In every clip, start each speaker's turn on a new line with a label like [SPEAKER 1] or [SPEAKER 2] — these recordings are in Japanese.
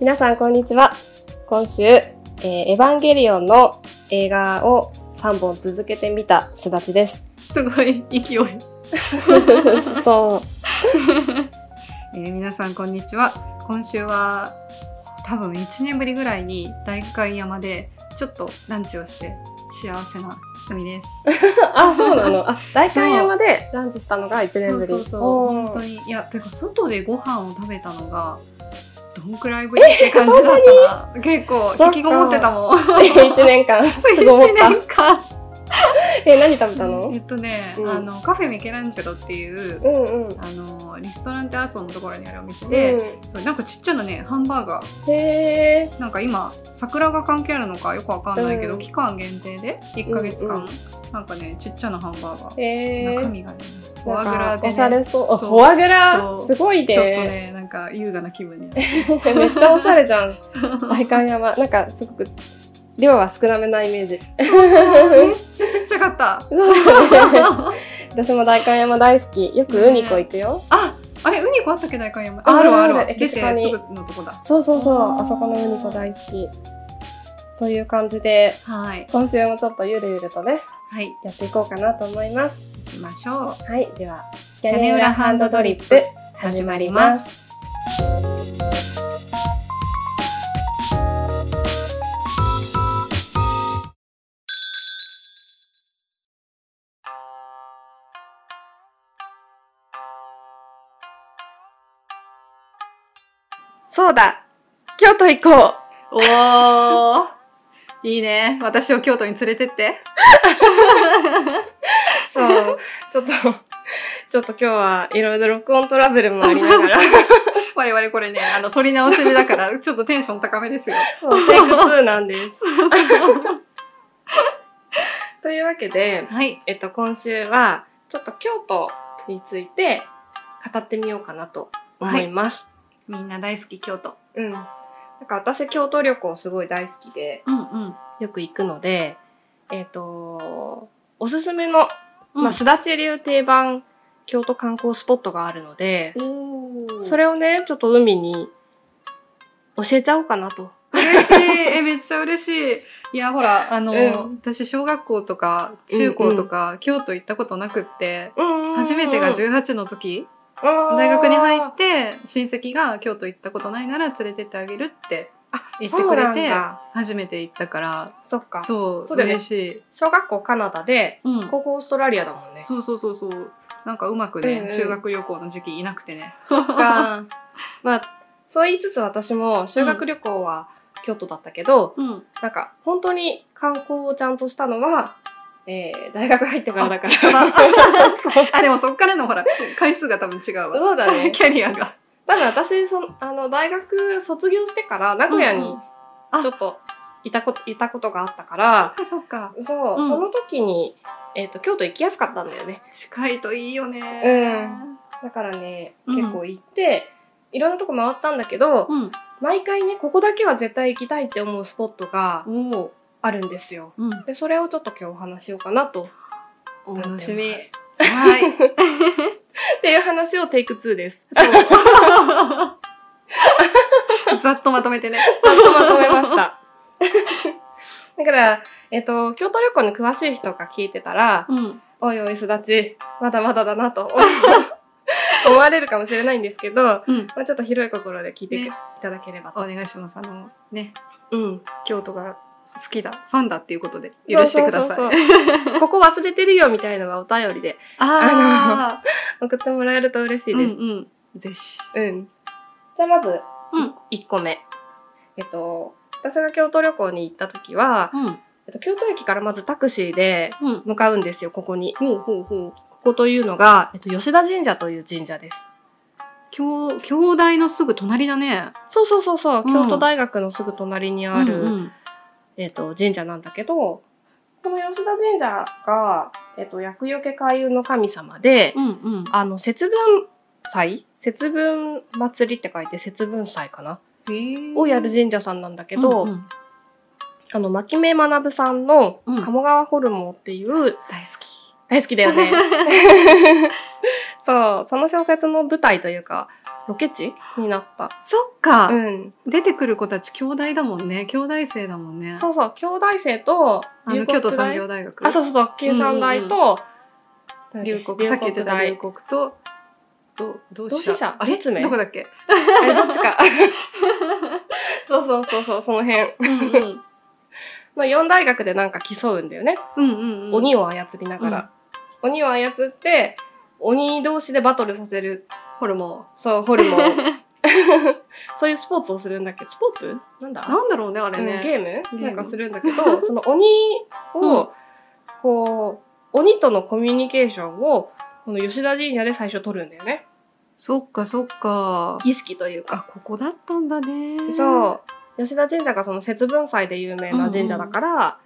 [SPEAKER 1] 皆さんこんにちは今週、えーエヴァンゲリオン」の映画を3本続けてみたすだちです
[SPEAKER 2] すごい勢い、え
[SPEAKER 1] そう
[SPEAKER 2] ー皆さんこんにちは今週は多分1年ぶりぐらいに大会山でちょっとランチをして幸せな海です
[SPEAKER 1] あそうなのあ代官山でランチしたのが1年ぶり
[SPEAKER 2] そうそうそう
[SPEAKER 1] おー
[SPEAKER 2] 本当にいやてか外でご飯を食べたのがどんくらいぶりって感じだったな結構
[SPEAKER 1] そっか
[SPEAKER 2] 引きこもってたもん
[SPEAKER 1] 1年間すごかっ
[SPEAKER 2] 1年間
[SPEAKER 1] たえ何食べたの
[SPEAKER 2] えっとね、
[SPEAKER 1] うん
[SPEAKER 2] あのカフェミケランジェロっていう
[SPEAKER 1] う、んうん
[SPEAKER 2] あのリストランテアーソンのところにあるお店で、そうなんかちっちゃなねハンバーガー
[SPEAKER 1] うん、へえ
[SPEAKER 2] なんか今桜が関係あるのかよくわかんないけど、
[SPEAKER 1] うん
[SPEAKER 2] 期間限定で1ヶ月間、
[SPEAKER 1] うんうん
[SPEAKER 2] なんかねちっちゃなハンバーガー、
[SPEAKER 1] へ
[SPEAKER 2] 中
[SPEAKER 1] え
[SPEAKER 2] 身がねフォアグラで、
[SPEAKER 1] おしゃ
[SPEAKER 2] ね
[SPEAKER 1] れそうあ
[SPEAKER 2] そう
[SPEAKER 1] フォアグラ
[SPEAKER 2] そう
[SPEAKER 1] すごい
[SPEAKER 2] ちょっと
[SPEAKER 1] ね
[SPEAKER 2] ねなんか優雅な気 分になる
[SPEAKER 1] めっちゃおしゃれじゃ ん代官山なんかすごく量は少なめなイメ ージ
[SPEAKER 2] めっちゃちっちゃかった
[SPEAKER 1] 私も代官山大好きよくウニコ行くよ、
[SPEAKER 2] ああれウニコあったっけないか山
[SPEAKER 1] あ
[SPEAKER 2] あ
[SPEAKER 1] る
[SPEAKER 2] るわある
[SPEAKER 1] あ
[SPEAKER 2] わ
[SPEAKER 1] る
[SPEAKER 2] 出
[SPEAKER 1] 駅
[SPEAKER 2] て
[SPEAKER 1] 近に
[SPEAKER 2] すぐのとこだ
[SPEAKER 1] そうそうそう
[SPEAKER 2] あー
[SPEAKER 1] あそこのウニコ大好きという感じで
[SPEAKER 2] はい
[SPEAKER 1] 今週もちょっとゆるゆるとね
[SPEAKER 2] はい行
[SPEAKER 1] やっていこうかなと思います
[SPEAKER 2] きましょう
[SPEAKER 1] はいでは屋
[SPEAKER 2] 屋
[SPEAKER 1] 根
[SPEAKER 2] 根
[SPEAKER 1] 裏
[SPEAKER 2] 裏
[SPEAKER 1] ハ
[SPEAKER 2] ハ
[SPEAKER 1] ン
[SPEAKER 2] ン
[SPEAKER 1] ド
[SPEAKER 2] ド
[SPEAKER 1] ド
[SPEAKER 2] ド
[SPEAKER 1] リ
[SPEAKER 2] リ
[SPEAKER 1] ッ
[SPEAKER 2] ッ
[SPEAKER 1] プ
[SPEAKER 2] プ
[SPEAKER 1] 始
[SPEAKER 2] 始
[SPEAKER 1] ま
[SPEAKER 2] ま
[SPEAKER 1] り
[SPEAKER 2] り
[SPEAKER 1] ま
[SPEAKER 2] ますす
[SPEAKER 1] そうだ京都行こ
[SPEAKER 2] おーいいね私を京都に連れてって
[SPEAKER 1] う そうちょっとちょっと今日はいろいろ録音トラブルもありながら
[SPEAKER 2] 我々これねあの撮り直しだからちょっとテンション高めですよ
[SPEAKER 1] テイク2なんです というわけで、
[SPEAKER 2] はい
[SPEAKER 1] えっと、今週はちょっと京都について語ってみようかなと思います。
[SPEAKER 2] みんな大好き京都
[SPEAKER 1] うん。なんか私京都旅行すごい大好きで
[SPEAKER 2] うんうん
[SPEAKER 1] よく行くので、えっとおすすめの、ま
[SPEAKER 2] ま
[SPEAKER 1] あ
[SPEAKER 2] あ
[SPEAKER 1] すだち流定番京都観光スポットがあるので、そ
[SPEAKER 2] それ
[SPEAKER 1] れをねちょっと海に教えちゃおうかなと。
[SPEAKER 2] 嬉しいえめっちゃ嬉しいいやほらあの、
[SPEAKER 1] うん
[SPEAKER 2] 私小学校とか中高とか、京都行ったことなくって初
[SPEAKER 1] 初
[SPEAKER 2] めてが18の時、大
[SPEAKER 1] 大
[SPEAKER 2] 学に入って親戚が京都行ったことないなら連れてってあげるって言ってくれて初めて行ったから
[SPEAKER 1] そっか
[SPEAKER 2] そう
[SPEAKER 1] そうだよね
[SPEAKER 2] 嬉しい、
[SPEAKER 1] 小学校カナダで
[SPEAKER 2] うん、
[SPEAKER 1] 高校オーストラリアだもんね
[SPEAKER 2] そうそうそうそうなんかうまく
[SPEAKER 1] う
[SPEAKER 2] ね、
[SPEAKER 1] んうん
[SPEAKER 2] 修学旅行の時期いなくてね
[SPEAKER 1] っかまあそう言いつつ私も修学旅行は京都だったけど、
[SPEAKER 2] うん
[SPEAKER 1] なんか本当に観光をちゃんとしたのは、えー大学入ってからだから
[SPEAKER 2] あでもそっからのほら回数が多分違うわ
[SPEAKER 1] そうだね
[SPEAKER 2] キャリアが
[SPEAKER 1] 多分私そのあの大学卒業してから名古屋に
[SPEAKER 2] うんうんあ
[SPEAKER 1] ちょっといたこといたことがあったから、
[SPEAKER 2] そっか
[SPEAKER 1] そう、
[SPEAKER 2] うん
[SPEAKER 1] その時に、えー、と京都行きやすかったんだよね
[SPEAKER 2] 近いといいよね
[SPEAKER 1] だからね
[SPEAKER 2] うん
[SPEAKER 1] 結構行って、いろんなとこ回ったんだけど、
[SPEAKER 2] うん
[SPEAKER 1] 毎回ねここだけは絶対行きたいって思うスポットが
[SPEAKER 2] お
[SPEAKER 1] あるんですよ
[SPEAKER 2] うん
[SPEAKER 1] でそれをちょっと今日お話しようかなと 思ってます
[SPEAKER 2] 楽しみはい
[SPEAKER 1] っていう話をテイク2です。
[SPEAKER 2] ざっとまとめてね
[SPEAKER 1] ちゃんとまとめました。 だから、えっと、京都旅行に詳しい人が聞いてたら、
[SPEAKER 2] うん
[SPEAKER 1] おいおい、すだち、まだまだだなと 思われるかもしれないんですけど、ま
[SPEAKER 2] うん
[SPEAKER 1] あ、ちょっと広い心で聞いてい
[SPEAKER 2] ね
[SPEAKER 1] ただければ
[SPEAKER 2] お
[SPEAKER 1] と。
[SPEAKER 2] 願いしますあのね
[SPEAKER 1] うん。
[SPEAKER 2] 京都が好きだファンだっていうことで許してください
[SPEAKER 1] そうそうそう そうここ忘れてるよみたいなのはお便りで
[SPEAKER 2] ああ
[SPEAKER 1] 送ってもらえると嬉し
[SPEAKER 2] い
[SPEAKER 1] い
[SPEAKER 2] いで
[SPEAKER 1] です
[SPEAKER 2] す。うんぜひ
[SPEAKER 1] うん。じゃあまず、
[SPEAKER 2] うん
[SPEAKER 1] 1個目。えっと、私が京都旅行に行った時は、
[SPEAKER 2] うん
[SPEAKER 1] えっと、京都駅からまずタクシーで
[SPEAKER 2] うん
[SPEAKER 1] 向かうんですよ、ここに。ここというのが、えっと、吉田神社という神社です。
[SPEAKER 2] 京京大のすぐ隣だね
[SPEAKER 1] そうそうそうそう、
[SPEAKER 2] うん
[SPEAKER 1] 京都大学のすぐ隣にある、
[SPEAKER 2] うんうん
[SPEAKER 1] えっと、神社なんだけど、この吉田神社が、えっと、厄除け開運の神様で、
[SPEAKER 2] うんうん
[SPEAKER 1] あの、節分祭節分祭りって書いて節分祭かな、をやる神社さんなんだけど、
[SPEAKER 2] うんうん
[SPEAKER 1] あの、牧目学さんの
[SPEAKER 2] うん
[SPEAKER 1] 鴨川ホルモンっていう、
[SPEAKER 2] 大好き。
[SPEAKER 1] 大好きだよね。そう、その小説の舞台というか、ロケ地になった。
[SPEAKER 2] そっか、
[SPEAKER 1] うん。
[SPEAKER 2] 出てくる子たち兄弟だもんね。兄弟生だもんね。
[SPEAKER 1] そうそう、兄弟生と、
[SPEAKER 2] あの、
[SPEAKER 1] 龍谷
[SPEAKER 2] 京都
[SPEAKER 1] 大
[SPEAKER 2] 産業大学。
[SPEAKER 1] あ、そうそうそう、計算台と、
[SPEAKER 2] 龍
[SPEAKER 1] 留
[SPEAKER 2] 谷。さっき言ってた龍
[SPEAKER 1] 大。
[SPEAKER 2] 谷と、ど、同志
[SPEAKER 1] 同志社
[SPEAKER 2] 社。あれ
[SPEAKER 1] 立命
[SPEAKER 2] どこだっけ
[SPEAKER 1] あれ、どっち か。そうそうそうそう、その辺。
[SPEAKER 2] うん
[SPEAKER 1] の4大学でなんか競うんだよね。
[SPEAKER 2] うんうん。
[SPEAKER 1] 鬼を操りながら。鬼を操って、鬼同士でバトルさせる。
[SPEAKER 2] ホルモ
[SPEAKER 1] そう、ホルモン。 そういうスポーツをするんだっけど、スポーツなんだ
[SPEAKER 2] ン。なんだろうね、あれ
[SPEAKER 1] うん
[SPEAKER 2] ね。
[SPEAKER 1] ゲー
[SPEAKER 2] ー
[SPEAKER 1] ム
[SPEAKER 2] ム
[SPEAKER 1] なんかするんだけ ど、その鬼を、こう、鬼とのコミュニケーションを、この吉田神社で最初取るんだよね。
[SPEAKER 2] そっかそっか。
[SPEAKER 1] 儀式という
[SPEAKER 2] あ、。ここだったんだね。
[SPEAKER 1] そう。吉田神社がその節分祭で有名な神社だから、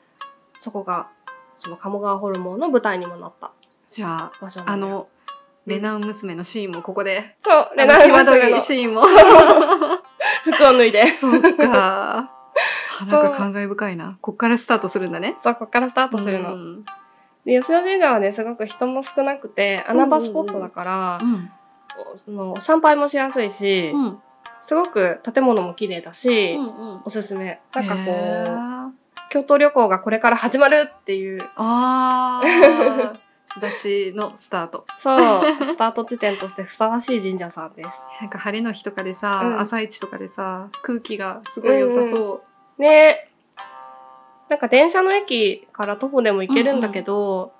[SPEAKER 1] そこが、その鴨川ホルモンの舞台にもなった
[SPEAKER 2] じゃあ、
[SPEAKER 1] 場所な
[SPEAKER 2] あ
[SPEAKER 1] んだよ、
[SPEAKER 2] の、レナウン娘のシーンもここで。
[SPEAKER 1] そう、レナウ
[SPEAKER 2] あの
[SPEAKER 1] マス
[SPEAKER 2] 際ど
[SPEAKER 1] の
[SPEAKER 2] いシーンも。
[SPEAKER 1] 服を脱いで、
[SPEAKER 2] そっ か。あ
[SPEAKER 1] そ
[SPEAKER 2] な
[SPEAKER 1] うん
[SPEAKER 2] か感慨深いな。こっからスタートするんだね。
[SPEAKER 1] そう、こっからスタートするの。
[SPEAKER 2] うん
[SPEAKER 1] で、吉田神社はね、すごく人も少なくて、穴場スポットだから
[SPEAKER 2] う、ん。
[SPEAKER 1] その参拝もしやすいし、
[SPEAKER 2] うん。
[SPEAKER 1] すごく建物も綺麗だし、
[SPEAKER 2] うん。
[SPEAKER 1] おすすめ。なんか
[SPEAKER 2] へ
[SPEAKER 1] こう、
[SPEAKER 2] ー
[SPEAKER 1] 京都旅行がこれから始まるっていう、
[SPEAKER 2] ああ。すだちのスタート。
[SPEAKER 1] そう、スタート地点としてふさわしい神社さんです。
[SPEAKER 2] なんか晴れの日とかでさ、
[SPEAKER 1] うん
[SPEAKER 2] 朝一とかでさ、空気がすごい良さそう。
[SPEAKER 1] ねなんか電車の駅から徒歩でも行けるんだけど、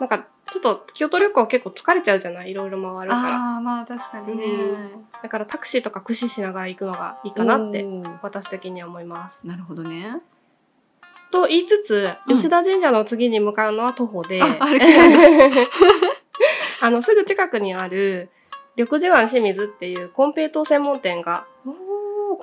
[SPEAKER 1] なんかちょっと京都旅行結構疲れちゃうじゃないいろいろ回るから。
[SPEAKER 2] ああ、まあ確かにね。
[SPEAKER 1] うだからタクシーとか駆使しながら行くのがいいかなって、
[SPEAKER 2] おー。
[SPEAKER 1] 私的には思います。
[SPEAKER 2] なるほどね。
[SPEAKER 1] と言いつつ、
[SPEAKER 2] うん
[SPEAKER 1] 吉田神社の次に向かうのは徒歩で、
[SPEAKER 2] あ、歩きながら。
[SPEAKER 1] あの、すぐ近くにある、緑地湾清水っていうコンペイトー専門店が、
[SPEAKER 2] おー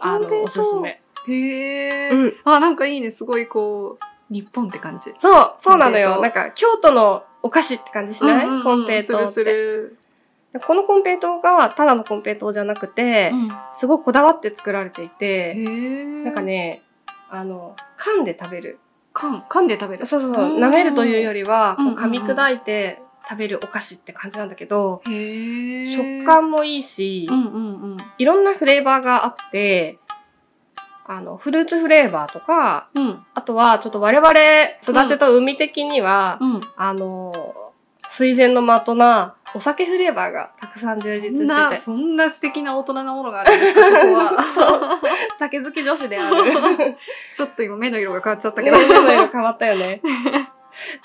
[SPEAKER 1] あ
[SPEAKER 2] コンペイト
[SPEAKER 1] の、
[SPEAKER 2] ー
[SPEAKER 1] おすすめ。
[SPEAKER 2] へえ、
[SPEAKER 1] うん
[SPEAKER 2] あ、なんかいいね。すごいこう、日本って感じ。
[SPEAKER 1] そう、そうなの
[SPEAKER 2] コ
[SPEAKER 1] よ。
[SPEAKER 2] ンペ
[SPEAKER 1] なんか、京都のお菓子って感じしない、
[SPEAKER 2] うんうんうん
[SPEAKER 1] コンペイトーって。
[SPEAKER 2] する
[SPEAKER 1] でこのコンペイトーがただのコンペイトーじゃなく
[SPEAKER 2] す
[SPEAKER 1] て、
[SPEAKER 2] る。
[SPEAKER 1] すごくこだわって作られてい
[SPEAKER 2] へ
[SPEAKER 1] て、
[SPEAKER 2] え。
[SPEAKER 1] なんか、ね、あの、噛んで食べる。
[SPEAKER 2] 噛ん、噛んで食べる。
[SPEAKER 1] そうそうそうう、
[SPEAKER 2] ん
[SPEAKER 1] 舐めるというよりは、こ
[SPEAKER 2] うん
[SPEAKER 1] う
[SPEAKER 2] うんうん
[SPEAKER 1] 噛み砕いて食べるお菓子って感じなんだけど、
[SPEAKER 2] へえ。
[SPEAKER 1] 食。感もいいし
[SPEAKER 2] う、んうんうん。
[SPEAKER 1] いろんなフレーバーがあって、あの、フルーツフレーバーとか、
[SPEAKER 2] うん
[SPEAKER 1] あとはちょっと我々、育てと海的には、
[SPEAKER 2] うん。
[SPEAKER 1] あの、水前の的なお酒フレーバーがたくさん充実し
[SPEAKER 2] そ
[SPEAKER 1] て
[SPEAKER 2] んな、
[SPEAKER 1] て。
[SPEAKER 2] そんな素敵な大人なものがあるんですか、ここは。
[SPEAKER 1] そう。酒好き女子である。
[SPEAKER 2] ちょっと今目の色が変わっちゃった
[SPEAKER 1] だ
[SPEAKER 2] け
[SPEAKER 1] け
[SPEAKER 2] ど
[SPEAKER 1] ど、。今の色変わったよ ね。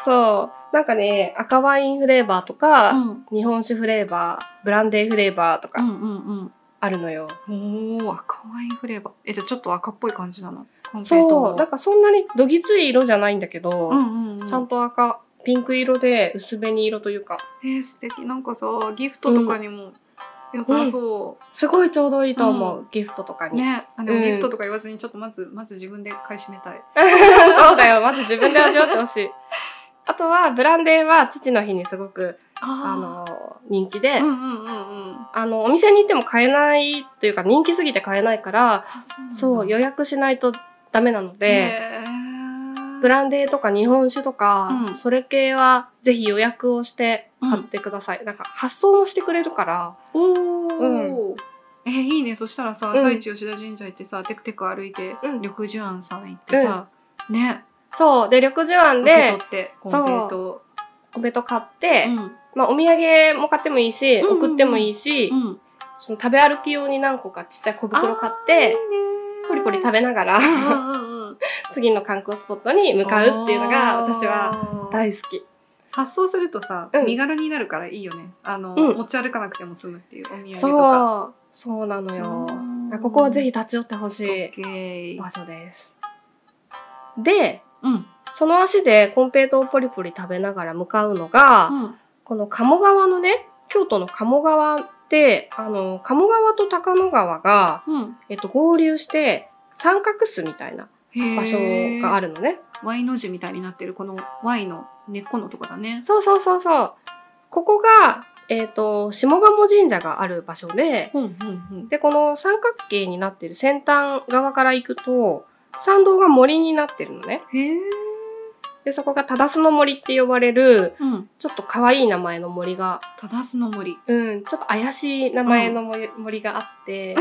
[SPEAKER 1] そう。なんかね、赤ワインフレーバーとか、
[SPEAKER 2] うん
[SPEAKER 1] 日本酒フレーバー、ブランデーフレーバーと
[SPEAKER 2] う
[SPEAKER 1] か
[SPEAKER 2] んうん
[SPEAKER 1] あるのよ。
[SPEAKER 2] うん。おー、赤ワインフレーバー。え、じゃあちょっと赤っぽい感じなのコンセント
[SPEAKER 1] そ
[SPEAKER 2] も
[SPEAKER 1] う。なんかそんなにどぎつい色じゃないんだけど、
[SPEAKER 2] うんうんうん。
[SPEAKER 1] ちゃんと赤、ピンク色で薄紅色というか、
[SPEAKER 2] えー、素敵。なんかさ、ギフトとかにも良さそう。
[SPEAKER 1] すごいちょうどいいと思う。
[SPEAKER 2] う
[SPEAKER 1] ギフトとかに。
[SPEAKER 2] ね。あでも
[SPEAKER 1] うん
[SPEAKER 2] ギフトとか言わずに、ちょっとまず、まず自分で買い占めたい。
[SPEAKER 1] そうだよ。まず自分で味わってほしい。あとは、ブランデーは父の日にすごく、あ
[SPEAKER 2] あ
[SPEAKER 1] の、人気で、
[SPEAKER 2] ー、うんうんうんうん。
[SPEAKER 1] あの、お店に行っても買えないというか、人気すぎて買えないから、
[SPEAKER 2] あ、そうなんだ。
[SPEAKER 1] そう、予約しないとダメなので、
[SPEAKER 2] へー
[SPEAKER 1] ブランデーとか日本酒とか、
[SPEAKER 2] うん
[SPEAKER 1] それ系はぜひ予約をして買ってください。なんか発送もしてくれるから、
[SPEAKER 2] おー。えー、いいね。そしたらさ、
[SPEAKER 1] うん
[SPEAKER 2] 朝一吉田神社行ってさ、テクテク歩いて、
[SPEAKER 1] うん
[SPEAKER 2] 緑樹庵さん行ってさ、ね、
[SPEAKER 1] そう、で、緑樹庵
[SPEAKER 2] 受け
[SPEAKER 1] で
[SPEAKER 2] 取って、コン
[SPEAKER 1] そう
[SPEAKER 2] ペイト
[SPEAKER 1] お弁当買っ
[SPEAKER 2] を
[SPEAKER 1] て、
[SPEAKER 2] うん
[SPEAKER 1] まあお土産も買ってもいいし、
[SPEAKER 2] うんうんうん
[SPEAKER 1] 送ってもいいし、
[SPEAKER 2] うん。
[SPEAKER 1] その食べ歩き用に何個かちっちゃい小袋買っ
[SPEAKER 2] あーい
[SPEAKER 1] て
[SPEAKER 2] いね、
[SPEAKER 1] ポリポリ食べながら、
[SPEAKER 2] うんうんうん。
[SPEAKER 1] 次の観光スポットに向かうっていうのが私は
[SPEAKER 2] は
[SPEAKER 1] 大好き。
[SPEAKER 2] 発送するとさ、
[SPEAKER 1] うん
[SPEAKER 2] 身軽になるからいいよねあの、
[SPEAKER 1] うん
[SPEAKER 2] 持ち歩かなくても済むっていうお土産とか
[SPEAKER 1] そう、そうなのよ。
[SPEAKER 2] うん
[SPEAKER 1] ここはぜひ立ち寄ってほし
[SPEAKER 2] オッ
[SPEAKER 1] い
[SPEAKER 2] ケー
[SPEAKER 1] 場所です。で、
[SPEAKER 2] うん、
[SPEAKER 1] その足でコンペイトをポリポリ食べながら向かうのが、
[SPEAKER 2] うん、
[SPEAKER 1] この鴨川のね、京都の鴨川って、あの、鴨川と高野川が、
[SPEAKER 2] うん
[SPEAKER 1] えっと、合流して、三角巣みたいな場所があ
[SPEAKER 2] る
[SPEAKER 1] るのね。
[SPEAKER 2] Y の字みたいになってるこの Y の根っこのとこだね
[SPEAKER 1] そうそうそうそう。ここが、えっと、下鴨神社がある場所で、
[SPEAKER 2] うんうん
[SPEAKER 1] で、この三角形になってる先端側から行くと、参道が森になってるのね。
[SPEAKER 2] うんへえ
[SPEAKER 1] で、そこが忠須の森って呼ばれる、
[SPEAKER 2] うん。
[SPEAKER 1] ちょっと可愛い名前の森が、
[SPEAKER 2] ただすの森。
[SPEAKER 1] うん、ちょっと怪しい名前の森,、森があって、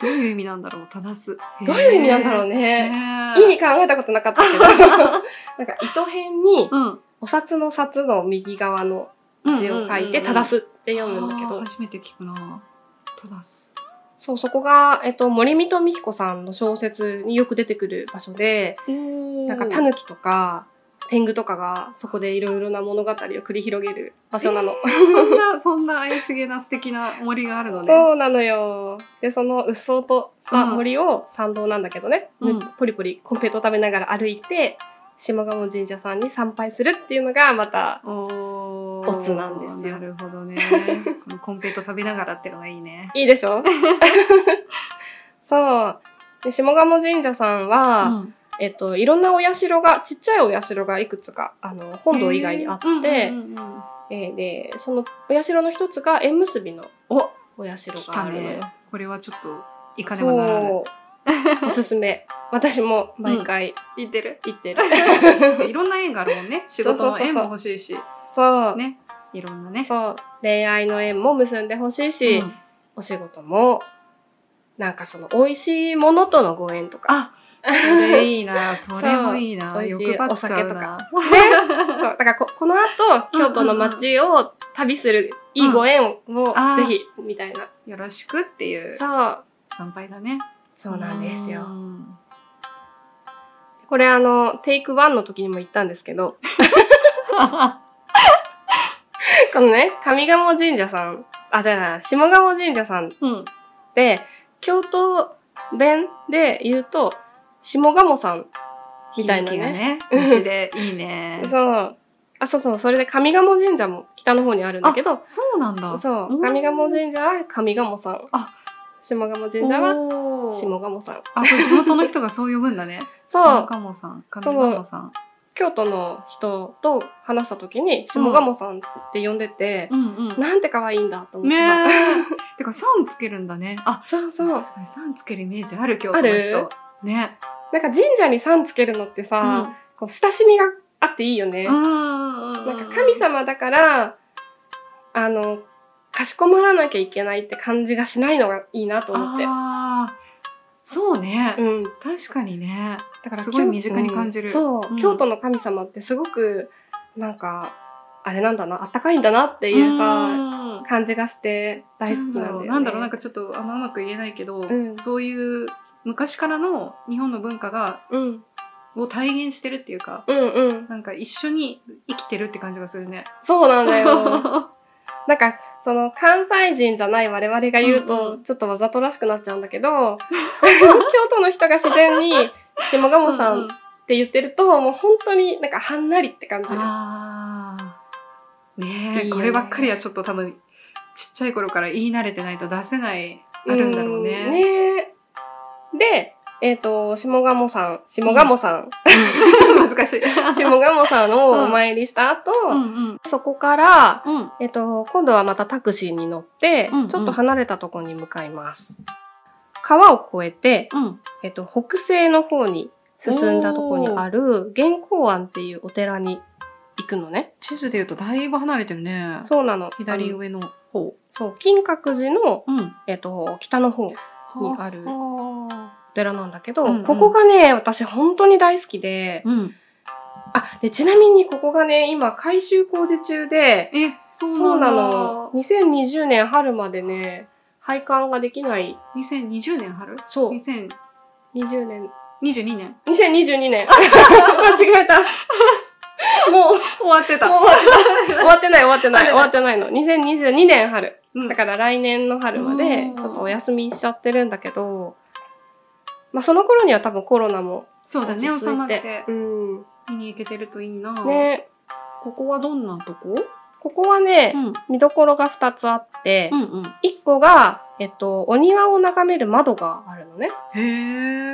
[SPEAKER 2] どういう意味なんだろう、ただす。
[SPEAKER 1] どういう意味なんだろう ね。
[SPEAKER 2] ね。ね
[SPEAKER 1] 意味考えたことなかった けど、なんか糸辺に、
[SPEAKER 2] うん。
[SPEAKER 1] お札の札の右側の字を書いて、
[SPEAKER 2] うんうんうんうん
[SPEAKER 1] ただすって読むんだけ
[SPEAKER 2] あー
[SPEAKER 1] ど、
[SPEAKER 2] 初めて聞くな。ただす。
[SPEAKER 1] そう、そこが、えっと、森見と美彦さんの小説によく出てくる場所で、
[SPEAKER 2] な
[SPEAKER 1] なんかタヌキとか、天狗とかがそこでいろいろな物語を繰り広げる場所なの。
[SPEAKER 2] そんな、そんな怪しげな素敵な森があるのね。
[SPEAKER 1] そうなのよ。で、そのうっそうとした
[SPEAKER 2] うん
[SPEAKER 1] 森を参道なんだけどね、
[SPEAKER 2] うん
[SPEAKER 1] ポリポリコンペイトを食べながら歩いて、下鴨神社さんに参拝するっていうのがまた、
[SPEAKER 2] お
[SPEAKER 1] オツなんですよ
[SPEAKER 2] なるほど ね。このコンペイト食べながらってのがいいね。
[SPEAKER 1] いいでし ょそう。で下鴨神社さんは、
[SPEAKER 2] うん
[SPEAKER 1] えっと、いろんなお社が、ちっちゃいお社がいくつか、あの、本堂以外にあって、
[SPEAKER 2] へーうんうんうんうん
[SPEAKER 1] えーで、そのお社の一つが縁結びの
[SPEAKER 2] お
[SPEAKER 1] お社
[SPEAKER 2] 来
[SPEAKER 1] が
[SPEAKER 2] た
[SPEAKER 1] あるのよ。
[SPEAKER 2] ね。これはちょっと行かねばならぬ。
[SPEAKER 1] そうおすすめ。私も毎回
[SPEAKER 2] 行ってる。
[SPEAKER 1] 行ってる。
[SPEAKER 2] いろんな縁があるもんね。仕事の縁も欲しいし、
[SPEAKER 1] そう、
[SPEAKER 2] ね。いろんなね。
[SPEAKER 1] そう。恋愛の縁も結んでほしいし、
[SPEAKER 2] うん
[SPEAKER 1] お仕事も、なんかその、美味しいものとのご縁とか。
[SPEAKER 2] あ、それいいな。それもいい
[SPEAKER 1] そう
[SPEAKER 2] な。
[SPEAKER 1] 美味しい
[SPEAKER 2] 欲張っちゃうな。
[SPEAKER 1] そう。だからこ、この後、京都の街を旅するいいご縁を、
[SPEAKER 2] あー
[SPEAKER 1] ぜひ、みたいな。
[SPEAKER 2] よろしくっていう
[SPEAKER 1] そう。
[SPEAKER 2] 参拝だね。
[SPEAKER 1] そうなんです
[SPEAKER 2] う
[SPEAKER 1] よ。
[SPEAKER 2] ん
[SPEAKER 1] これあの、テイク1の時にも言ったんですけ ど、このね、上鴨神社さん、あ、じゃあ、下鴨神社さんっ
[SPEAKER 2] うん。
[SPEAKER 1] て、京都弁で言うと、下鴨さんみたいな
[SPEAKER 2] 響きが
[SPEAKER 1] ね。
[SPEAKER 2] ね。西でいいね。
[SPEAKER 1] そう。あ、そうそう、それで上鴨神社も北の方にあるんだけど、
[SPEAKER 2] そうなんだ。
[SPEAKER 1] そうう、
[SPEAKER 2] ん
[SPEAKER 1] 上鴨神社は上鴨さん。
[SPEAKER 2] あ
[SPEAKER 1] 下鴨神社は
[SPEAKER 2] おー
[SPEAKER 1] 下鴨さん。
[SPEAKER 2] あ、これ地元の人がそう呼ぶんだね。
[SPEAKER 1] そう
[SPEAKER 2] 下鴨さん、上鴨さん。
[SPEAKER 1] 京都の人と話した時に、下鴨さんって呼んでて、
[SPEAKER 2] うんう
[SPEAKER 1] なんて可愛いんだと思
[SPEAKER 2] ん。
[SPEAKER 1] って
[SPEAKER 2] ね
[SPEAKER 1] た。
[SPEAKER 2] え。 てか、さんつけるんだね。あ、
[SPEAKER 1] そうそう。
[SPEAKER 2] 確かにさんつけるイメージある、京都
[SPEAKER 1] あ
[SPEAKER 2] の人。
[SPEAKER 1] る
[SPEAKER 2] ね。
[SPEAKER 1] なんか神社にさんつけるのってさ、こう親しみがあっていいよね。
[SPEAKER 2] うん
[SPEAKER 1] な
[SPEAKER 2] うんうんうん
[SPEAKER 1] んか神様だから、あの、かしこまらなきゃいけないって感じがしないのがいいなと思って。
[SPEAKER 2] ああ。そうね。
[SPEAKER 1] うん。だ
[SPEAKER 2] 確かにね。
[SPEAKER 1] から
[SPEAKER 2] すごい身近に感じる
[SPEAKER 1] うんそう、
[SPEAKER 2] うん
[SPEAKER 1] 京都の神様ってすごく、なんか、あれなんだな、あったかいんだなっていうさ、
[SPEAKER 2] うん
[SPEAKER 1] 感じがして大好きなんだよね。
[SPEAKER 2] なんだろう、なんだろうなんかちょっとあんまうまく言えないけど、
[SPEAKER 1] ん
[SPEAKER 2] そういう昔からの日本の文化が、
[SPEAKER 1] うん。
[SPEAKER 2] を体現してるっていうか、
[SPEAKER 1] うんうん。
[SPEAKER 2] なんか一緒に生きてるって感じがするね。
[SPEAKER 1] そうなんだ よ。
[SPEAKER 2] う
[SPEAKER 1] なんか、その、関西人じゃない我々が言うと、
[SPEAKER 2] うんうん
[SPEAKER 1] ちょっとわざとらしくなっちゃうんだけ ど、京都の人が自然に、下鴨さん
[SPEAKER 2] う
[SPEAKER 1] っ
[SPEAKER 2] う
[SPEAKER 1] て言ってると、もう本当になんかはんなりって感じる。
[SPEAKER 2] あーねえ
[SPEAKER 1] いいよね
[SPEAKER 2] こればっかりはちょっと多分ちっちゃい頃から言い慣れてないと出せないあるんだろうね。
[SPEAKER 1] うんねで、えっ、と、下鴨さん、下鴨さん、
[SPEAKER 2] うん 難しい。
[SPEAKER 1] 下鴨さんをお参りした後、
[SPEAKER 2] うんうん
[SPEAKER 1] そこから、
[SPEAKER 2] うん
[SPEAKER 1] えっ、と、今度はまたタクシーに乗って、
[SPEAKER 2] うんうん
[SPEAKER 1] ちょっと離れたところに向かいます。川を越えて、
[SPEAKER 2] うん
[SPEAKER 1] えっと、北西の方に進んだとこにある元光庵っていうお寺に行くのね。
[SPEAKER 2] 地図で言うとだいぶ離れてるね。
[SPEAKER 1] そうなの。
[SPEAKER 2] 左
[SPEAKER 1] あの
[SPEAKER 2] 上の方。
[SPEAKER 1] そう、金閣寺の、
[SPEAKER 2] うん。
[SPEAKER 1] えっと、北の方に
[SPEAKER 2] は
[SPEAKER 1] あるお
[SPEAKER 2] あ
[SPEAKER 1] 寺なんだけど、
[SPEAKER 2] うんうん
[SPEAKER 1] ここがね、私本当に大好きで、
[SPEAKER 2] うん。
[SPEAKER 1] あ、で、ちなみにここがね、今改修工事中で、
[SPEAKER 2] えそうなん
[SPEAKER 1] そう
[SPEAKER 2] だ
[SPEAKER 1] なの。2020年春までね、拝観ができない。
[SPEAKER 2] 2020年春
[SPEAKER 1] そう、
[SPEAKER 2] ?2022
[SPEAKER 1] 20年。
[SPEAKER 2] 年
[SPEAKER 1] 2022年。 間違えた。もう、
[SPEAKER 2] 終わって
[SPEAKER 1] も
[SPEAKER 2] た。
[SPEAKER 1] う終わってない終わってない終わってないの。2022年春。
[SPEAKER 2] うん
[SPEAKER 1] だから来年の春まで
[SPEAKER 2] うん
[SPEAKER 1] ちょっとお休みしちゃってるんだけど、まあその頃には多分コロナも
[SPEAKER 2] そうだ
[SPEAKER 1] 落ち
[SPEAKER 2] ね、
[SPEAKER 1] 着
[SPEAKER 2] 収ま
[SPEAKER 1] い。
[SPEAKER 2] ってて
[SPEAKER 1] うん。
[SPEAKER 2] 見に行けてるといいな。
[SPEAKER 1] ね
[SPEAKER 2] ここはどんなとこ
[SPEAKER 1] ここはね、
[SPEAKER 2] ん。
[SPEAKER 1] 見どころが2つあって、
[SPEAKER 2] んうん。
[SPEAKER 1] 1個が、えっと、お庭を眺める窓があるのね。
[SPEAKER 2] へえ。う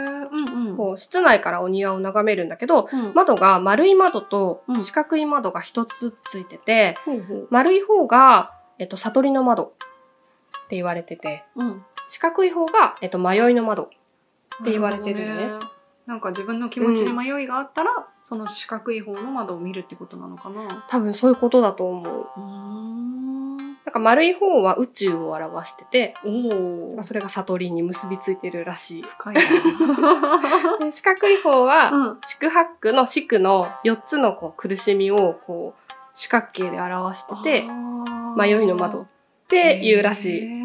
[SPEAKER 2] んうん。
[SPEAKER 1] こう、室内からお庭を眺めるんだけど、
[SPEAKER 2] うん。
[SPEAKER 1] 窓が丸い窓と
[SPEAKER 2] うん
[SPEAKER 1] 四角い窓が1つずつついてて、
[SPEAKER 2] ほうほう。
[SPEAKER 1] 丸い方が、えっと、悟りの窓って言われてて、
[SPEAKER 2] うん。っ
[SPEAKER 1] 四角い方が、えっと、迷いの窓。って言われてるよね。
[SPEAKER 2] なんか自分の気持ちに迷いがあったら、その四角い方の窓を見るってことなのかな。
[SPEAKER 1] 多分そういうことだと思う。
[SPEAKER 2] うーん。
[SPEAKER 1] なんか丸い方は宇宙を表してて、
[SPEAKER 2] お
[SPEAKER 1] ま
[SPEAKER 2] お
[SPEAKER 1] あ。それが悟りに結びついてるら しい。
[SPEAKER 2] 深いな。
[SPEAKER 1] で四角い方は、
[SPEAKER 2] うん。
[SPEAKER 1] 四苦八苦の四苦の4つのこう苦しみをこう四角形で表してて、迷いの窓っ
[SPEAKER 2] って
[SPEAKER 1] いうらしい。。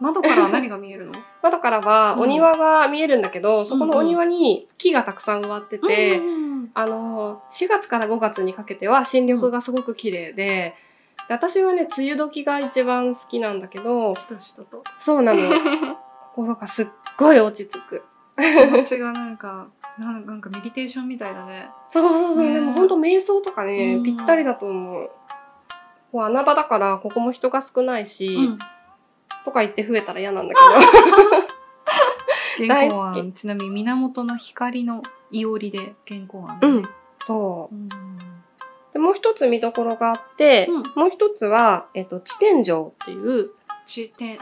[SPEAKER 2] 窓から何が見えるの？
[SPEAKER 1] 窓からはお庭が見えるんだけど、そこのお庭に木がたくさん植わってて、
[SPEAKER 2] うん
[SPEAKER 1] あの4月から5月にかけては新緑がすごく綺麗で、で私はね梅雨時が一番好きなんだけど
[SPEAKER 2] しとしとと。
[SPEAKER 1] そうなの 心がすっごい落ち着く
[SPEAKER 2] 気持ちがなんかなんなんかメディテーションみたいだね。
[SPEAKER 1] そうそうそう、
[SPEAKER 2] ね
[SPEAKER 1] でも本当瞑想とかね、
[SPEAKER 2] うん
[SPEAKER 1] ぴったりだと思うこう穴場だからここも人が少ないし、とか言って増えたら嫌なんだけ
[SPEAKER 2] 原
[SPEAKER 1] 大
[SPEAKER 2] 稿
[SPEAKER 1] 好き
[SPEAKER 2] 案ちなみに源の光のいおりで原稿案、
[SPEAKER 1] ど うんそ
[SPEAKER 2] うん
[SPEAKER 1] うでもう一つ見どころがあって、
[SPEAKER 2] うん
[SPEAKER 1] もう一つは、えっと、地天井っていう、
[SPEAKER 2] 地天井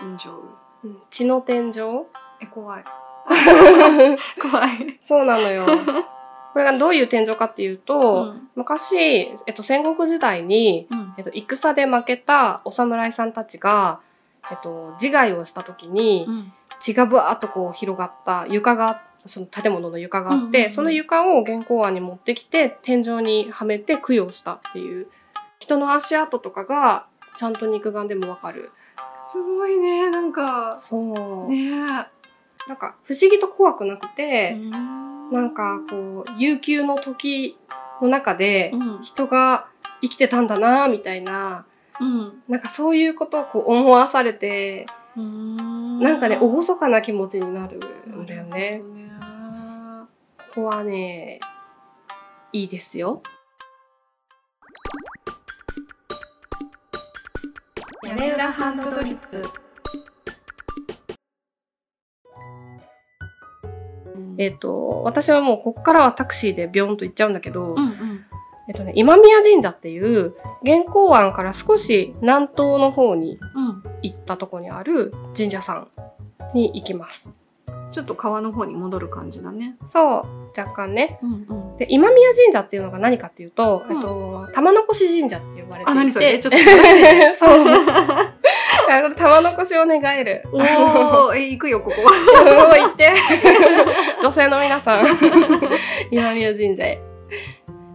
[SPEAKER 1] うん地の天井
[SPEAKER 2] え怖 い怖い、
[SPEAKER 1] そうなの よ。これがどういう天井かっていう
[SPEAKER 2] う
[SPEAKER 1] と、
[SPEAKER 2] ん
[SPEAKER 1] 昔、えっと、戦国時代に、
[SPEAKER 2] うん
[SPEAKER 1] えっと、戦で負けたお侍さんたちが、えっと、自害をした時に
[SPEAKER 2] うん
[SPEAKER 1] 血がぶわーっとこう広がった床がその建物の床があって、
[SPEAKER 2] うんうんうん
[SPEAKER 1] その床を原稿案に持ってきて天井にはめて供養したっていう人の足跡とかがちゃんと肉眼でもわかる
[SPEAKER 2] すごいねなんか
[SPEAKER 1] そう、
[SPEAKER 2] ね
[SPEAKER 1] なんか不思議と怖くなくて、
[SPEAKER 2] な
[SPEAKER 1] なんかこう悠久の時の中で、
[SPEAKER 2] うん
[SPEAKER 1] 人が生きてたんだなみたいな
[SPEAKER 2] うん
[SPEAKER 1] なんかそういうことをこう思わされて
[SPEAKER 2] うん
[SPEAKER 1] なんかね厳かな気持ちになるんだよ
[SPEAKER 2] なる
[SPEAKER 1] ね
[SPEAKER 2] ほ。どね
[SPEAKER 1] ここはねいいですよ。
[SPEAKER 2] 屋根裏ハンドドリップ
[SPEAKER 1] えっ、と私はもうここからはタクシーでビョンと行っちゃうんだけど、
[SPEAKER 2] うんうん
[SPEAKER 1] えっとね今宮神社っていう現行湾から少し南東の方に
[SPEAKER 2] うん
[SPEAKER 1] 行ったとこにある神社さんに行きます。
[SPEAKER 2] ちょっと川の方に戻る感じだね
[SPEAKER 1] そう若干ね。
[SPEAKER 2] うんうん
[SPEAKER 1] で今宮神社っていうのが何かっていうと、
[SPEAKER 2] うん
[SPEAKER 1] えっと玉の越神社って呼ばれていて
[SPEAKER 2] あ何それちょっと
[SPEAKER 1] そう。 あの玉の腰を願える。
[SPEAKER 2] おーえ行くよここ
[SPEAKER 1] おいって。 女性の皆さん、 今宮神社へ。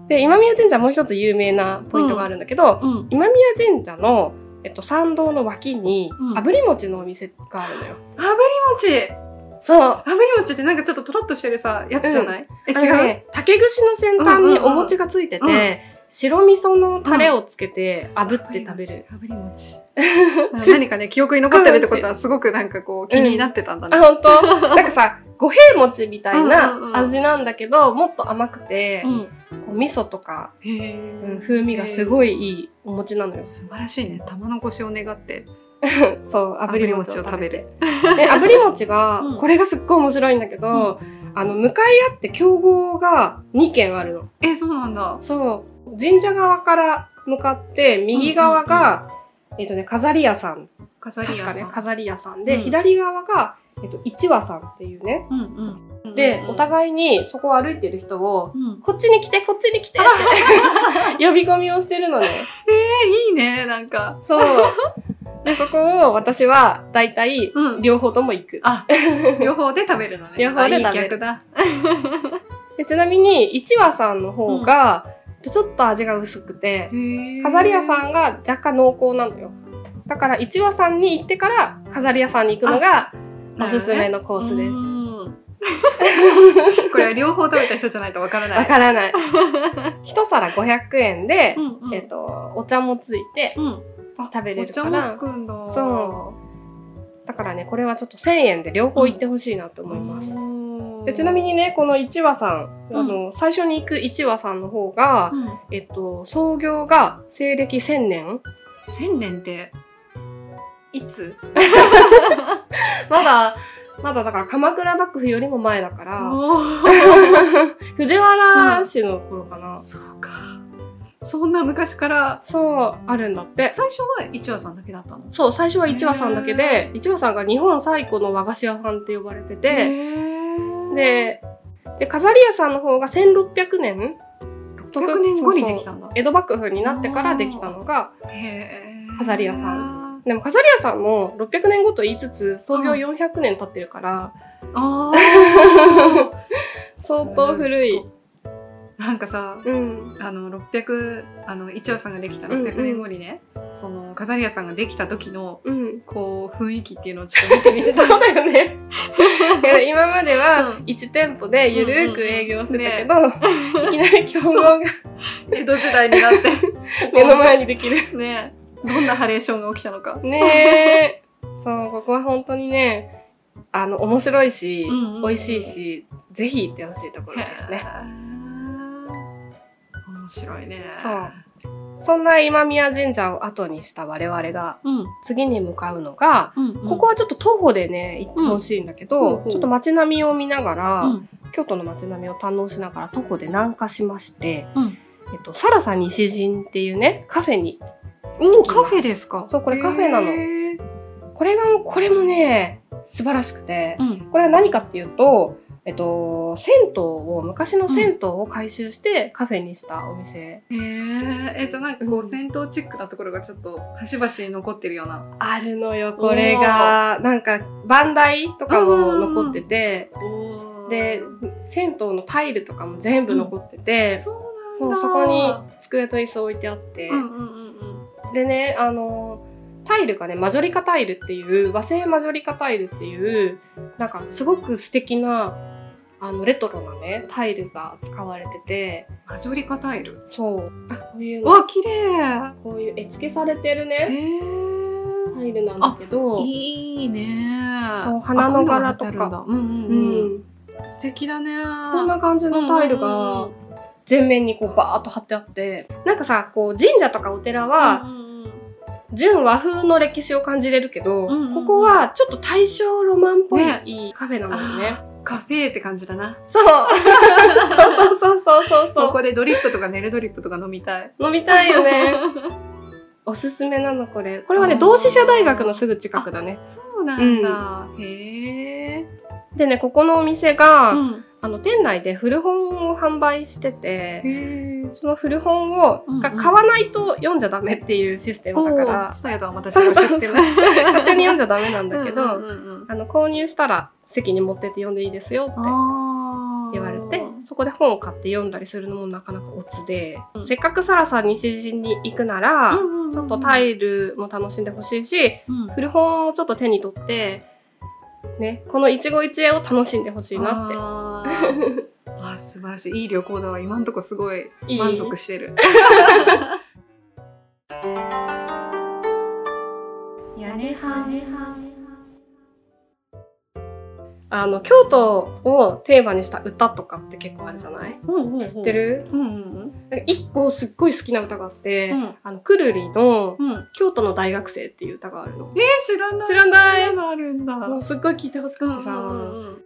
[SPEAKER 1] で、今宮神社もう一つ有名なポイントがあるんだけど、
[SPEAKER 2] うん
[SPEAKER 1] 今宮神社の、えっと、参道の脇に、
[SPEAKER 2] うん
[SPEAKER 1] 炙り餅のお店があるのよ。
[SPEAKER 2] 炙り餅
[SPEAKER 1] そう。
[SPEAKER 2] 炙り餅ってなんかちょっととろっとしてるさやつじゃない、え
[SPEAKER 1] 違う、
[SPEAKER 2] 違う
[SPEAKER 1] ね、竹串の先端にお餅がついてて、
[SPEAKER 2] うんうんうんう
[SPEAKER 1] 白味噌のタレをつけて炙って食べる。
[SPEAKER 2] 炙り餅なん か何かね記憶に残ってるってことはすごくなんかこう気になってたんだね、
[SPEAKER 1] あ、本当 なんかさ、五平餅みたい
[SPEAKER 2] うんうんう
[SPEAKER 1] なん味なんだけど、もっと甘くて、
[SPEAKER 2] うん
[SPEAKER 1] こう味噌とか、
[SPEAKER 2] へ
[SPEAKER 1] うん
[SPEAKER 2] ー
[SPEAKER 1] 風味がすごいいいお餅なのよ。
[SPEAKER 2] 素晴らしいね玉の腰を願って
[SPEAKER 1] そう、
[SPEAKER 2] 炙り餅を食べ
[SPEAKER 1] る。
[SPEAKER 2] る
[SPEAKER 1] で、炙り餅が
[SPEAKER 2] うん、
[SPEAKER 1] これがすっごい面白いんだけど、あの、向かい合って競合が2軒あるの。
[SPEAKER 2] えそうなんだ
[SPEAKER 1] そう、神社側から向かって、右側が、えっとね、飾り屋さん。
[SPEAKER 2] 飾り屋
[SPEAKER 1] 確か
[SPEAKER 2] さん
[SPEAKER 1] ね、飾り屋さんで、
[SPEAKER 2] うん
[SPEAKER 1] 左側が、えっと、一和さんっていうね。
[SPEAKER 2] うんうん
[SPEAKER 1] で、お
[SPEAKER 2] い、
[SPEAKER 1] 互いにそこを歩いてる人を、
[SPEAKER 2] うん、
[SPEAKER 1] こっちに来て、こっちに来てって 呼び込みをしてるのね。
[SPEAKER 2] えいいねなんか
[SPEAKER 1] そう。 で、そこを私は大体
[SPEAKER 2] うん
[SPEAKER 1] 両方とも行く。
[SPEAKER 2] あ 両方で食べるのね
[SPEAKER 1] 両方で食べる
[SPEAKER 2] あいい逆だ
[SPEAKER 1] でちなみに、一話さんの方が、ちょっと味が薄くて、飾り屋さ
[SPEAKER 2] ん
[SPEAKER 1] んが若干濃厚なのよ。だから、一話さんに行ってから飾り屋さんに行くのがおすすめのコースです。
[SPEAKER 2] うん これは両方食べた人じゃないとわからない。
[SPEAKER 1] わから ない。一皿500円で、
[SPEAKER 2] うんうん
[SPEAKER 1] えっと、お茶もついて
[SPEAKER 2] うん
[SPEAKER 1] 食べれ
[SPEAKER 2] お
[SPEAKER 1] る
[SPEAKER 2] 茶
[SPEAKER 1] か
[SPEAKER 2] も
[SPEAKER 1] ら。
[SPEAKER 2] つくんだ。
[SPEAKER 1] そう。だからね、これはちょっと1000円で両方行ってほしいなと思います。
[SPEAKER 2] うん
[SPEAKER 1] でちなみ、にね、この一和さん、
[SPEAKER 2] うん
[SPEAKER 1] あの、最初に行く一和さんの方が、
[SPEAKER 2] うん
[SPEAKER 1] えっと、創業が西暦1000年
[SPEAKER 2] 千年っていつ？
[SPEAKER 1] まだ、まだだから鎌倉幕府よりも前だから、
[SPEAKER 2] おー
[SPEAKER 1] 藤原氏の頃かな。
[SPEAKER 2] そうか。そんな昔から
[SPEAKER 1] そう、あるんだって。
[SPEAKER 2] 最初は一話さんだけだったの。
[SPEAKER 1] そう、最初は一和さんだけで、一和さんが日本最古の和菓子屋さんって呼ばれてて、
[SPEAKER 2] へー、
[SPEAKER 1] で、で飾り屋さんの方が1600年
[SPEAKER 2] 600年後にできたんだ
[SPEAKER 1] 江戸幕府になってからできたのが
[SPEAKER 2] へー
[SPEAKER 1] 飾り屋さんでも飾り屋さんも600年後と言いつつ創業400年経ってるから、
[SPEAKER 2] あ ー
[SPEAKER 1] 相当古い
[SPEAKER 2] なんかさ
[SPEAKER 1] うん
[SPEAKER 2] あの600あの一葉さんができた600年後にね、その飾り屋さんができた時の
[SPEAKER 1] うん
[SPEAKER 2] こう雰囲気っていうのをちょっと見てみて
[SPEAKER 1] そ
[SPEAKER 2] た
[SPEAKER 1] う だよ ねいや今までは
[SPEAKER 2] うん
[SPEAKER 1] 1店舗でゆるーく営業してたけど、いきなり競合が
[SPEAKER 2] 江戸時代になって
[SPEAKER 1] 目の前にできる
[SPEAKER 2] ねどんなハレーションが起きたのか
[SPEAKER 1] ねえそうここは本当にねあの面白いし、
[SPEAKER 2] うんうんうん
[SPEAKER 1] 美味しいしぜひ行ってほしいところですね
[SPEAKER 2] へー面白いね
[SPEAKER 1] そうそんな今宮神社を後にした我々が
[SPEAKER 2] うん、
[SPEAKER 1] 次に向かうのが、
[SPEAKER 2] うん
[SPEAKER 1] ここはちょっと徒歩でね行ってほしいんだけど、
[SPEAKER 2] うん
[SPEAKER 1] ちょっと街並みを見ながら、
[SPEAKER 2] うん
[SPEAKER 1] 京都の街並みを堪能しながら徒歩で南下しまして、
[SPEAKER 2] うん
[SPEAKER 1] えっと、サラサ西陣っていうねカフェに
[SPEAKER 2] おカフェですすか
[SPEAKER 1] そうこれカフェなの
[SPEAKER 2] へー
[SPEAKER 1] これがもうこれもね素晴らしくて、
[SPEAKER 2] うん
[SPEAKER 1] これは何かっていうと、えっと、銭湯を昔の銭湯を改修してカフェにしたお店、
[SPEAKER 2] へーえじゃあなんか
[SPEAKER 1] う
[SPEAKER 2] こうん戦闘チックなところがちょっと端々に残ってるような
[SPEAKER 1] あるのよこれがなんか番台とかも残ってて、で銭湯のタイルとかも全部残ってて、
[SPEAKER 2] そう
[SPEAKER 1] そ
[SPEAKER 2] なん
[SPEAKER 1] う
[SPEAKER 2] だ
[SPEAKER 1] そこに机と椅子置いてあって、
[SPEAKER 2] うんうんうんうん
[SPEAKER 1] でねあのタイルがねマジョリカタイルっていう和製マジョリカタイルっていうなんかすごく素敵なあのレトロなねタイルが使われてて
[SPEAKER 2] マジョリカタイル
[SPEAKER 1] そうあこういうの
[SPEAKER 2] わ綺麗
[SPEAKER 1] こういう絵付けされてる
[SPEAKER 2] へ
[SPEAKER 1] ね
[SPEAKER 2] ー
[SPEAKER 1] タイルなんだけど
[SPEAKER 2] いいね
[SPEAKER 1] そう花の柄とか
[SPEAKER 2] あこんなのがあるんだうん
[SPEAKER 1] う
[SPEAKER 2] うんうん
[SPEAKER 1] ん、
[SPEAKER 2] 素敵だね
[SPEAKER 1] こんな感じのタイルが全面にこうバーっと貼ってあってなんかさこう神社とかお寺は
[SPEAKER 2] うんうんうん
[SPEAKER 1] 純和風の歴史を感じれるけど、
[SPEAKER 2] うんうん
[SPEAKER 1] ここはちょっと大正ロマンっぽい,、
[SPEAKER 2] ね
[SPEAKER 1] いいカフェなのよね
[SPEAKER 2] あ。ーカフェって感じだな
[SPEAKER 1] そうそうそうそうそう
[SPEAKER 2] こ
[SPEAKER 1] そう
[SPEAKER 2] こでドリップとかネルドリップとか飲みたい
[SPEAKER 1] 飲みたいよ ね。おすすめなのこれこれはね
[SPEAKER 2] あー
[SPEAKER 1] 同志社大学のすぐ近くだね
[SPEAKER 2] そうなんだへえ
[SPEAKER 1] でねここのお店が、
[SPEAKER 2] うん
[SPEAKER 1] あの店内で古本を販売してて
[SPEAKER 2] へー
[SPEAKER 1] その古本を、
[SPEAKER 2] うんうん
[SPEAKER 1] が買わないと読んじゃダメっていうシステムだから
[SPEAKER 2] ツタヤとはまた違うシステム
[SPEAKER 1] 勝手に読んじゃダメなんだ
[SPEAKER 2] だ
[SPEAKER 1] け
[SPEAKER 2] け
[SPEAKER 1] ど、
[SPEAKER 2] どあ
[SPEAKER 1] あの購入したら席に持ってって読んでいいですよって
[SPEAKER 2] ー
[SPEAKER 1] 言われてそこで本を買って読んだりするのもなかなかオツで、せっかくサラさん西陣に行くなら、
[SPEAKER 2] うんうんうん
[SPEAKER 1] ちょっとタイルも楽しんでほしいし
[SPEAKER 2] うん
[SPEAKER 1] 古本をちょっと手に取って、ね、この一期一会を楽しんでほしいなって
[SPEAKER 2] あーあー素晴らしいいい旅行だわ今んとこすごい
[SPEAKER 1] いい
[SPEAKER 2] 満足してる 屋根はね
[SPEAKER 1] あの京都をテーマにした歌とかって結構あるじゃない知
[SPEAKER 2] 知
[SPEAKER 1] っ
[SPEAKER 2] っててる
[SPEAKER 1] る
[SPEAKER 2] うんうん
[SPEAKER 1] なんか一個すっごい好きな歌があって、
[SPEAKER 2] うん
[SPEAKER 1] あのくるりの
[SPEAKER 2] うんうん
[SPEAKER 1] 「京都の大学生」っていう歌があるの
[SPEAKER 2] え。ー知らない
[SPEAKER 1] 知らない
[SPEAKER 2] そんのあるんだ
[SPEAKER 1] もうすっごい聴いてほしくてさ、
[SPEAKER 2] うん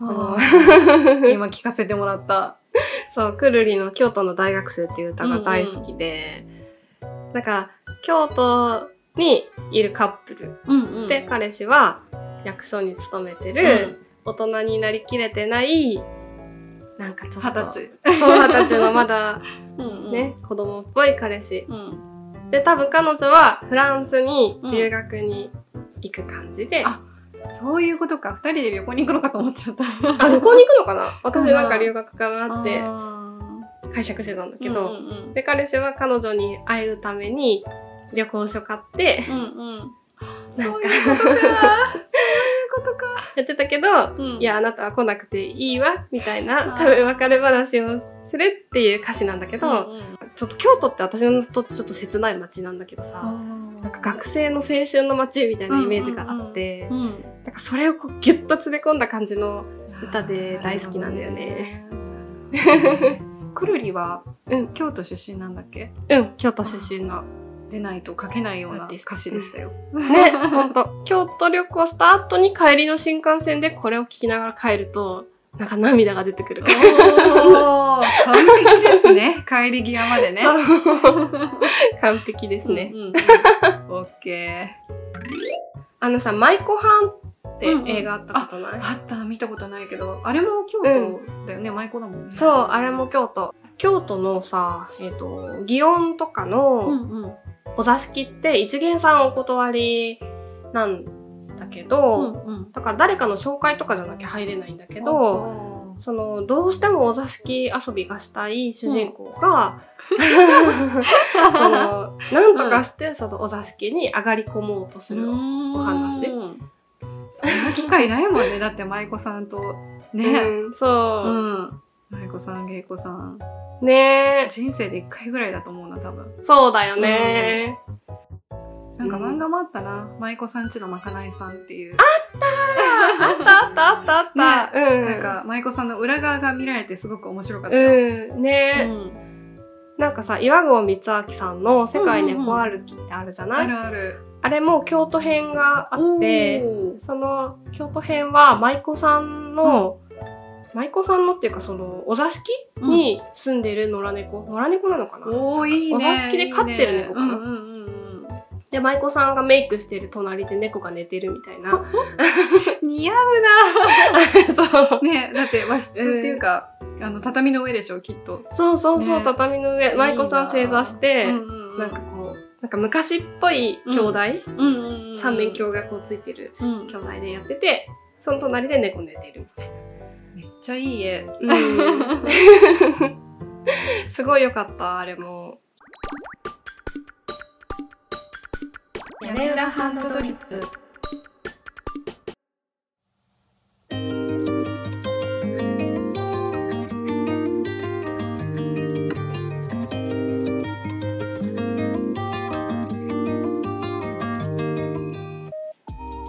[SPEAKER 2] あ ー今聞かせてもらった
[SPEAKER 1] そう、くるりの京都の大学生っていう歌が大好きで、なんか、京都にいるカップル
[SPEAKER 2] うんうん
[SPEAKER 1] で、彼氏は役所に勤めてる、大人になりきれてない、なんかちょっ
[SPEAKER 2] 二
[SPEAKER 1] と、
[SPEAKER 2] 十
[SPEAKER 1] 歳。そう、二十歳のまだ
[SPEAKER 2] 歳 うん
[SPEAKER 1] ね、子供っぽい彼氏。
[SPEAKER 2] うん
[SPEAKER 1] で、多分彼女はフランスに留学に行く感じで、
[SPEAKER 2] うんあそういうことか二人で旅行に行くのかと思っちゃった
[SPEAKER 1] あ、旅行に行くのか な私
[SPEAKER 2] うん
[SPEAKER 1] なんか留学かなって
[SPEAKER 2] あ
[SPEAKER 1] 解釈してたんだ
[SPEAKER 2] ー
[SPEAKER 1] けど、
[SPEAKER 2] うんうん
[SPEAKER 1] で彼氏は彼女に会うために旅行書買って
[SPEAKER 2] うんうん
[SPEAKER 1] なん
[SPEAKER 2] そう
[SPEAKER 1] か
[SPEAKER 2] いうことかそういうことか
[SPEAKER 1] やってたけど、
[SPEAKER 2] うん
[SPEAKER 1] いやあなたは来なくていいわみたいな
[SPEAKER 2] あー
[SPEAKER 1] 多分別れ話をするっていう歌詞なんだけど、
[SPEAKER 2] うんうん
[SPEAKER 1] ちょっと京都って私にとってちょっと切ない街なんだけどさ、なんか学生の青春の街みたいなイメージがあって、
[SPEAKER 2] うん
[SPEAKER 1] なんかそれをこうギュッと詰め込んだ感じの歌で大好きなんだよね。
[SPEAKER 2] くるりは、
[SPEAKER 1] うん
[SPEAKER 2] 京都出身なんだっけ
[SPEAKER 1] うん京都出身の
[SPEAKER 2] でないと書けないよう
[SPEAKER 1] ア
[SPEAKER 2] な
[SPEAKER 1] ーティスト
[SPEAKER 2] 歌詞でしたよ。
[SPEAKER 1] ね、ほんと。京都旅行した後に帰りの新幹線でこれを聞きながら帰ると、なんか涙が出てくる。
[SPEAKER 2] おー完璧ですね。帰り際までね。
[SPEAKER 1] そう 完璧ですね。
[SPEAKER 2] うんうんうん。オッケー。
[SPEAKER 1] あのさ、舞妓はんって
[SPEAKER 2] うんうん
[SPEAKER 1] 映画あったことない、
[SPEAKER 2] あった見たことないけどあれも京都だよね、舞妓だもんね
[SPEAKER 1] そう、あれも京都。京都のさ、えっ、と、祇園とか
[SPEAKER 2] う
[SPEAKER 1] の
[SPEAKER 2] んうん
[SPEAKER 1] お座敷って一元さんお断りなんだけど、
[SPEAKER 2] うんうん
[SPEAKER 1] だから誰かの紹介とかじゃなきゃ入れないんだけ
[SPEAKER 2] け
[SPEAKER 1] ど、その、どうしてもお座敷遊びがしたい主人公が、 その、なんとかしてそのお座敷に上がり込もうとするの。お話
[SPEAKER 2] そんな機会ないもんねだって舞妓さんとね
[SPEAKER 1] うんそうう。
[SPEAKER 2] ん舞妓さん芸妓さん
[SPEAKER 1] ね
[SPEAKER 2] 人生で一回ぐらいだと思うな多分
[SPEAKER 1] え、そうだよね。
[SPEAKER 2] なんか漫画もあったな舞妓さんちのまかないさんっていう
[SPEAKER 1] あったあったあったあった。うん。
[SPEAKER 2] なんか舞妓さんの裏側が見られてすごく面白かったよ、
[SPEAKER 1] うん、ね、
[SPEAKER 2] うん
[SPEAKER 1] なんかさ岩合光明さんの「世界猫歩き」ってあるじゃない、
[SPEAKER 2] あるある
[SPEAKER 1] あれも京都編があって
[SPEAKER 2] おー
[SPEAKER 1] その京都編は舞妓さんの、舞妓さんのっていうかそのお座敷
[SPEAKER 2] うん
[SPEAKER 1] に住んでる野良猫、野良猫なのかな
[SPEAKER 2] おーいいね
[SPEAKER 1] お座敷で飼ってる猫かない
[SPEAKER 2] いねうんうんうんうん
[SPEAKER 1] で舞妓さんがメイクしてる隣で猫が寝てるみたい な
[SPEAKER 2] 似合う
[SPEAKER 1] そう
[SPEAKER 2] なねだって和室っていうか、あの畳の上でしょきっと
[SPEAKER 1] そうそうそう、
[SPEAKER 2] ね
[SPEAKER 1] 畳の上舞妓さん正座して
[SPEAKER 2] うんうんうん
[SPEAKER 1] なんかこうなんか昔っぽい兄弟、
[SPEAKER 2] うんうんうん
[SPEAKER 1] 三面鏡がこうついてる
[SPEAKER 2] うん
[SPEAKER 1] 兄弟でやっててその隣で猫寝てるみたい
[SPEAKER 2] めっちゃいい絵
[SPEAKER 1] な、 すごい良かったあれも
[SPEAKER 2] 屋根裏ハンドドリップ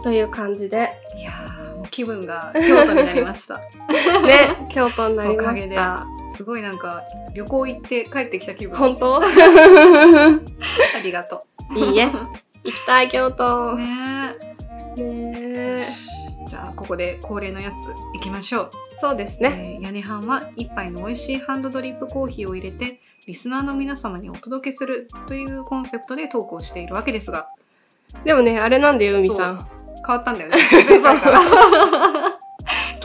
[SPEAKER 1] という感じ で
[SPEAKER 2] いやーもう気分が京都になりました
[SPEAKER 1] ね京都になり
[SPEAKER 2] おか
[SPEAKER 1] ま
[SPEAKER 2] げ
[SPEAKER 1] し
[SPEAKER 2] で
[SPEAKER 1] た
[SPEAKER 2] すごいなんか旅行行って帰ってきた気分
[SPEAKER 1] 本 当
[SPEAKER 2] ありがと
[SPEAKER 1] いいえ行きたい京
[SPEAKER 2] う
[SPEAKER 1] 都ね
[SPEAKER 2] ねえじゃあここで恒例のやつ行きましょう
[SPEAKER 1] そうですね
[SPEAKER 2] えー屋根班は一杯の美味しいハンドドリップコーヒーを入れてリスナーの皆様にお届けするというコンセプトで投稿しているわけですが
[SPEAKER 1] でもねあれなんだよ海さん
[SPEAKER 2] 変わったんだよね 前回から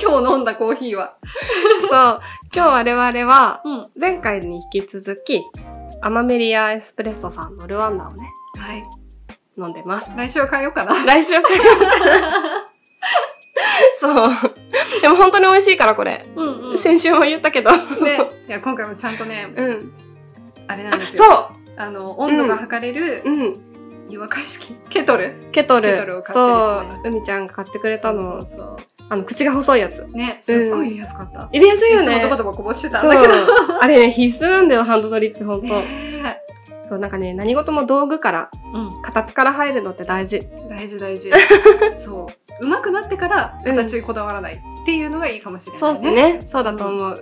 [SPEAKER 2] 今日飲んだコーヒーは
[SPEAKER 1] そう今日我々は
[SPEAKER 2] うんは
[SPEAKER 1] 前回に引き続きアマメリアエスプレッソさんのルワンダをね
[SPEAKER 2] い
[SPEAKER 1] 飲んでます
[SPEAKER 2] 来週は変えようかな
[SPEAKER 1] 来週 からそうでも本当に美味しいからこれ、
[SPEAKER 2] うんう
[SPEAKER 1] 先週も言ったけど
[SPEAKER 2] ね、いや今回もちゃんとね
[SPEAKER 1] うん
[SPEAKER 2] あれなん
[SPEAKER 1] あ
[SPEAKER 2] ですよ
[SPEAKER 1] そ
[SPEAKER 2] あの温度が測れる
[SPEAKER 1] ううん
[SPEAKER 2] 湯沸かし器ケトル
[SPEAKER 1] ケトル
[SPEAKER 2] ケトルを買ってです
[SPEAKER 1] そ
[SPEAKER 2] ね
[SPEAKER 1] う海ちゃんが買ってくれたの
[SPEAKER 2] そうそうそ
[SPEAKER 1] あの口が細いやつ
[SPEAKER 2] うねすっごい入れやすかった、
[SPEAKER 1] 入れやすいよ
[SPEAKER 2] いつも
[SPEAKER 1] ね
[SPEAKER 2] どこどここぼしてた
[SPEAKER 1] そ
[SPEAKER 2] ん
[SPEAKER 1] う
[SPEAKER 2] だけど
[SPEAKER 1] あれね必須なんだよハンドドリップ本当、
[SPEAKER 2] ね
[SPEAKER 1] そうなんかね何事も道具から
[SPEAKER 2] うん
[SPEAKER 1] 形から入るのって大事
[SPEAKER 2] 大事大事 そう上手くなってから形にこだわらないっていうのがいいかもしれない、
[SPEAKER 1] そ
[SPEAKER 2] ね
[SPEAKER 1] うですねそうだと思う、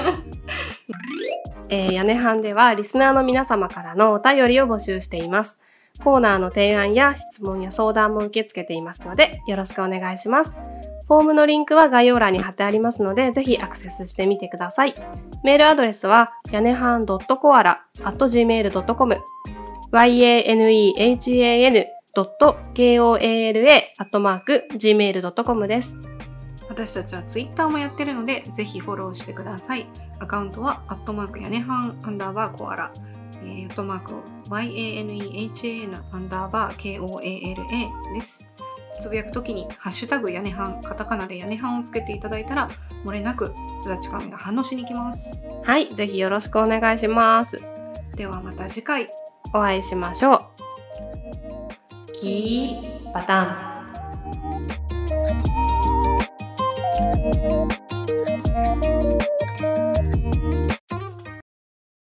[SPEAKER 1] えー屋根班ではリスナーの皆様からのお便りを募集していますコーナーの提案や質問や相談も受け付けていますのでよろしくお願いしますフォームのリンクは概要欄に貼ってありますので、ぜひアクセスしてみてください。メールアドレスは、やねはん .koala.gmail.com yanehan.koala.gmail.com です。
[SPEAKER 2] 私たちはツイッターもやってるのでぜひフォローしてくださいアカウントはアットマーク屋根はんアンダーバーコアラえー、アットマークを YANEHAN アンダーバー KOALA ですつぶやくときに「ハッシュタグ屋根はん」カタカナで屋根はんをつけていただいたら漏れなくすだちカメが反応しに来ます
[SPEAKER 1] はい、ぜひよろしくお願いします。
[SPEAKER 2] ではまた次回
[SPEAKER 1] お会いしましょう。キーパターン。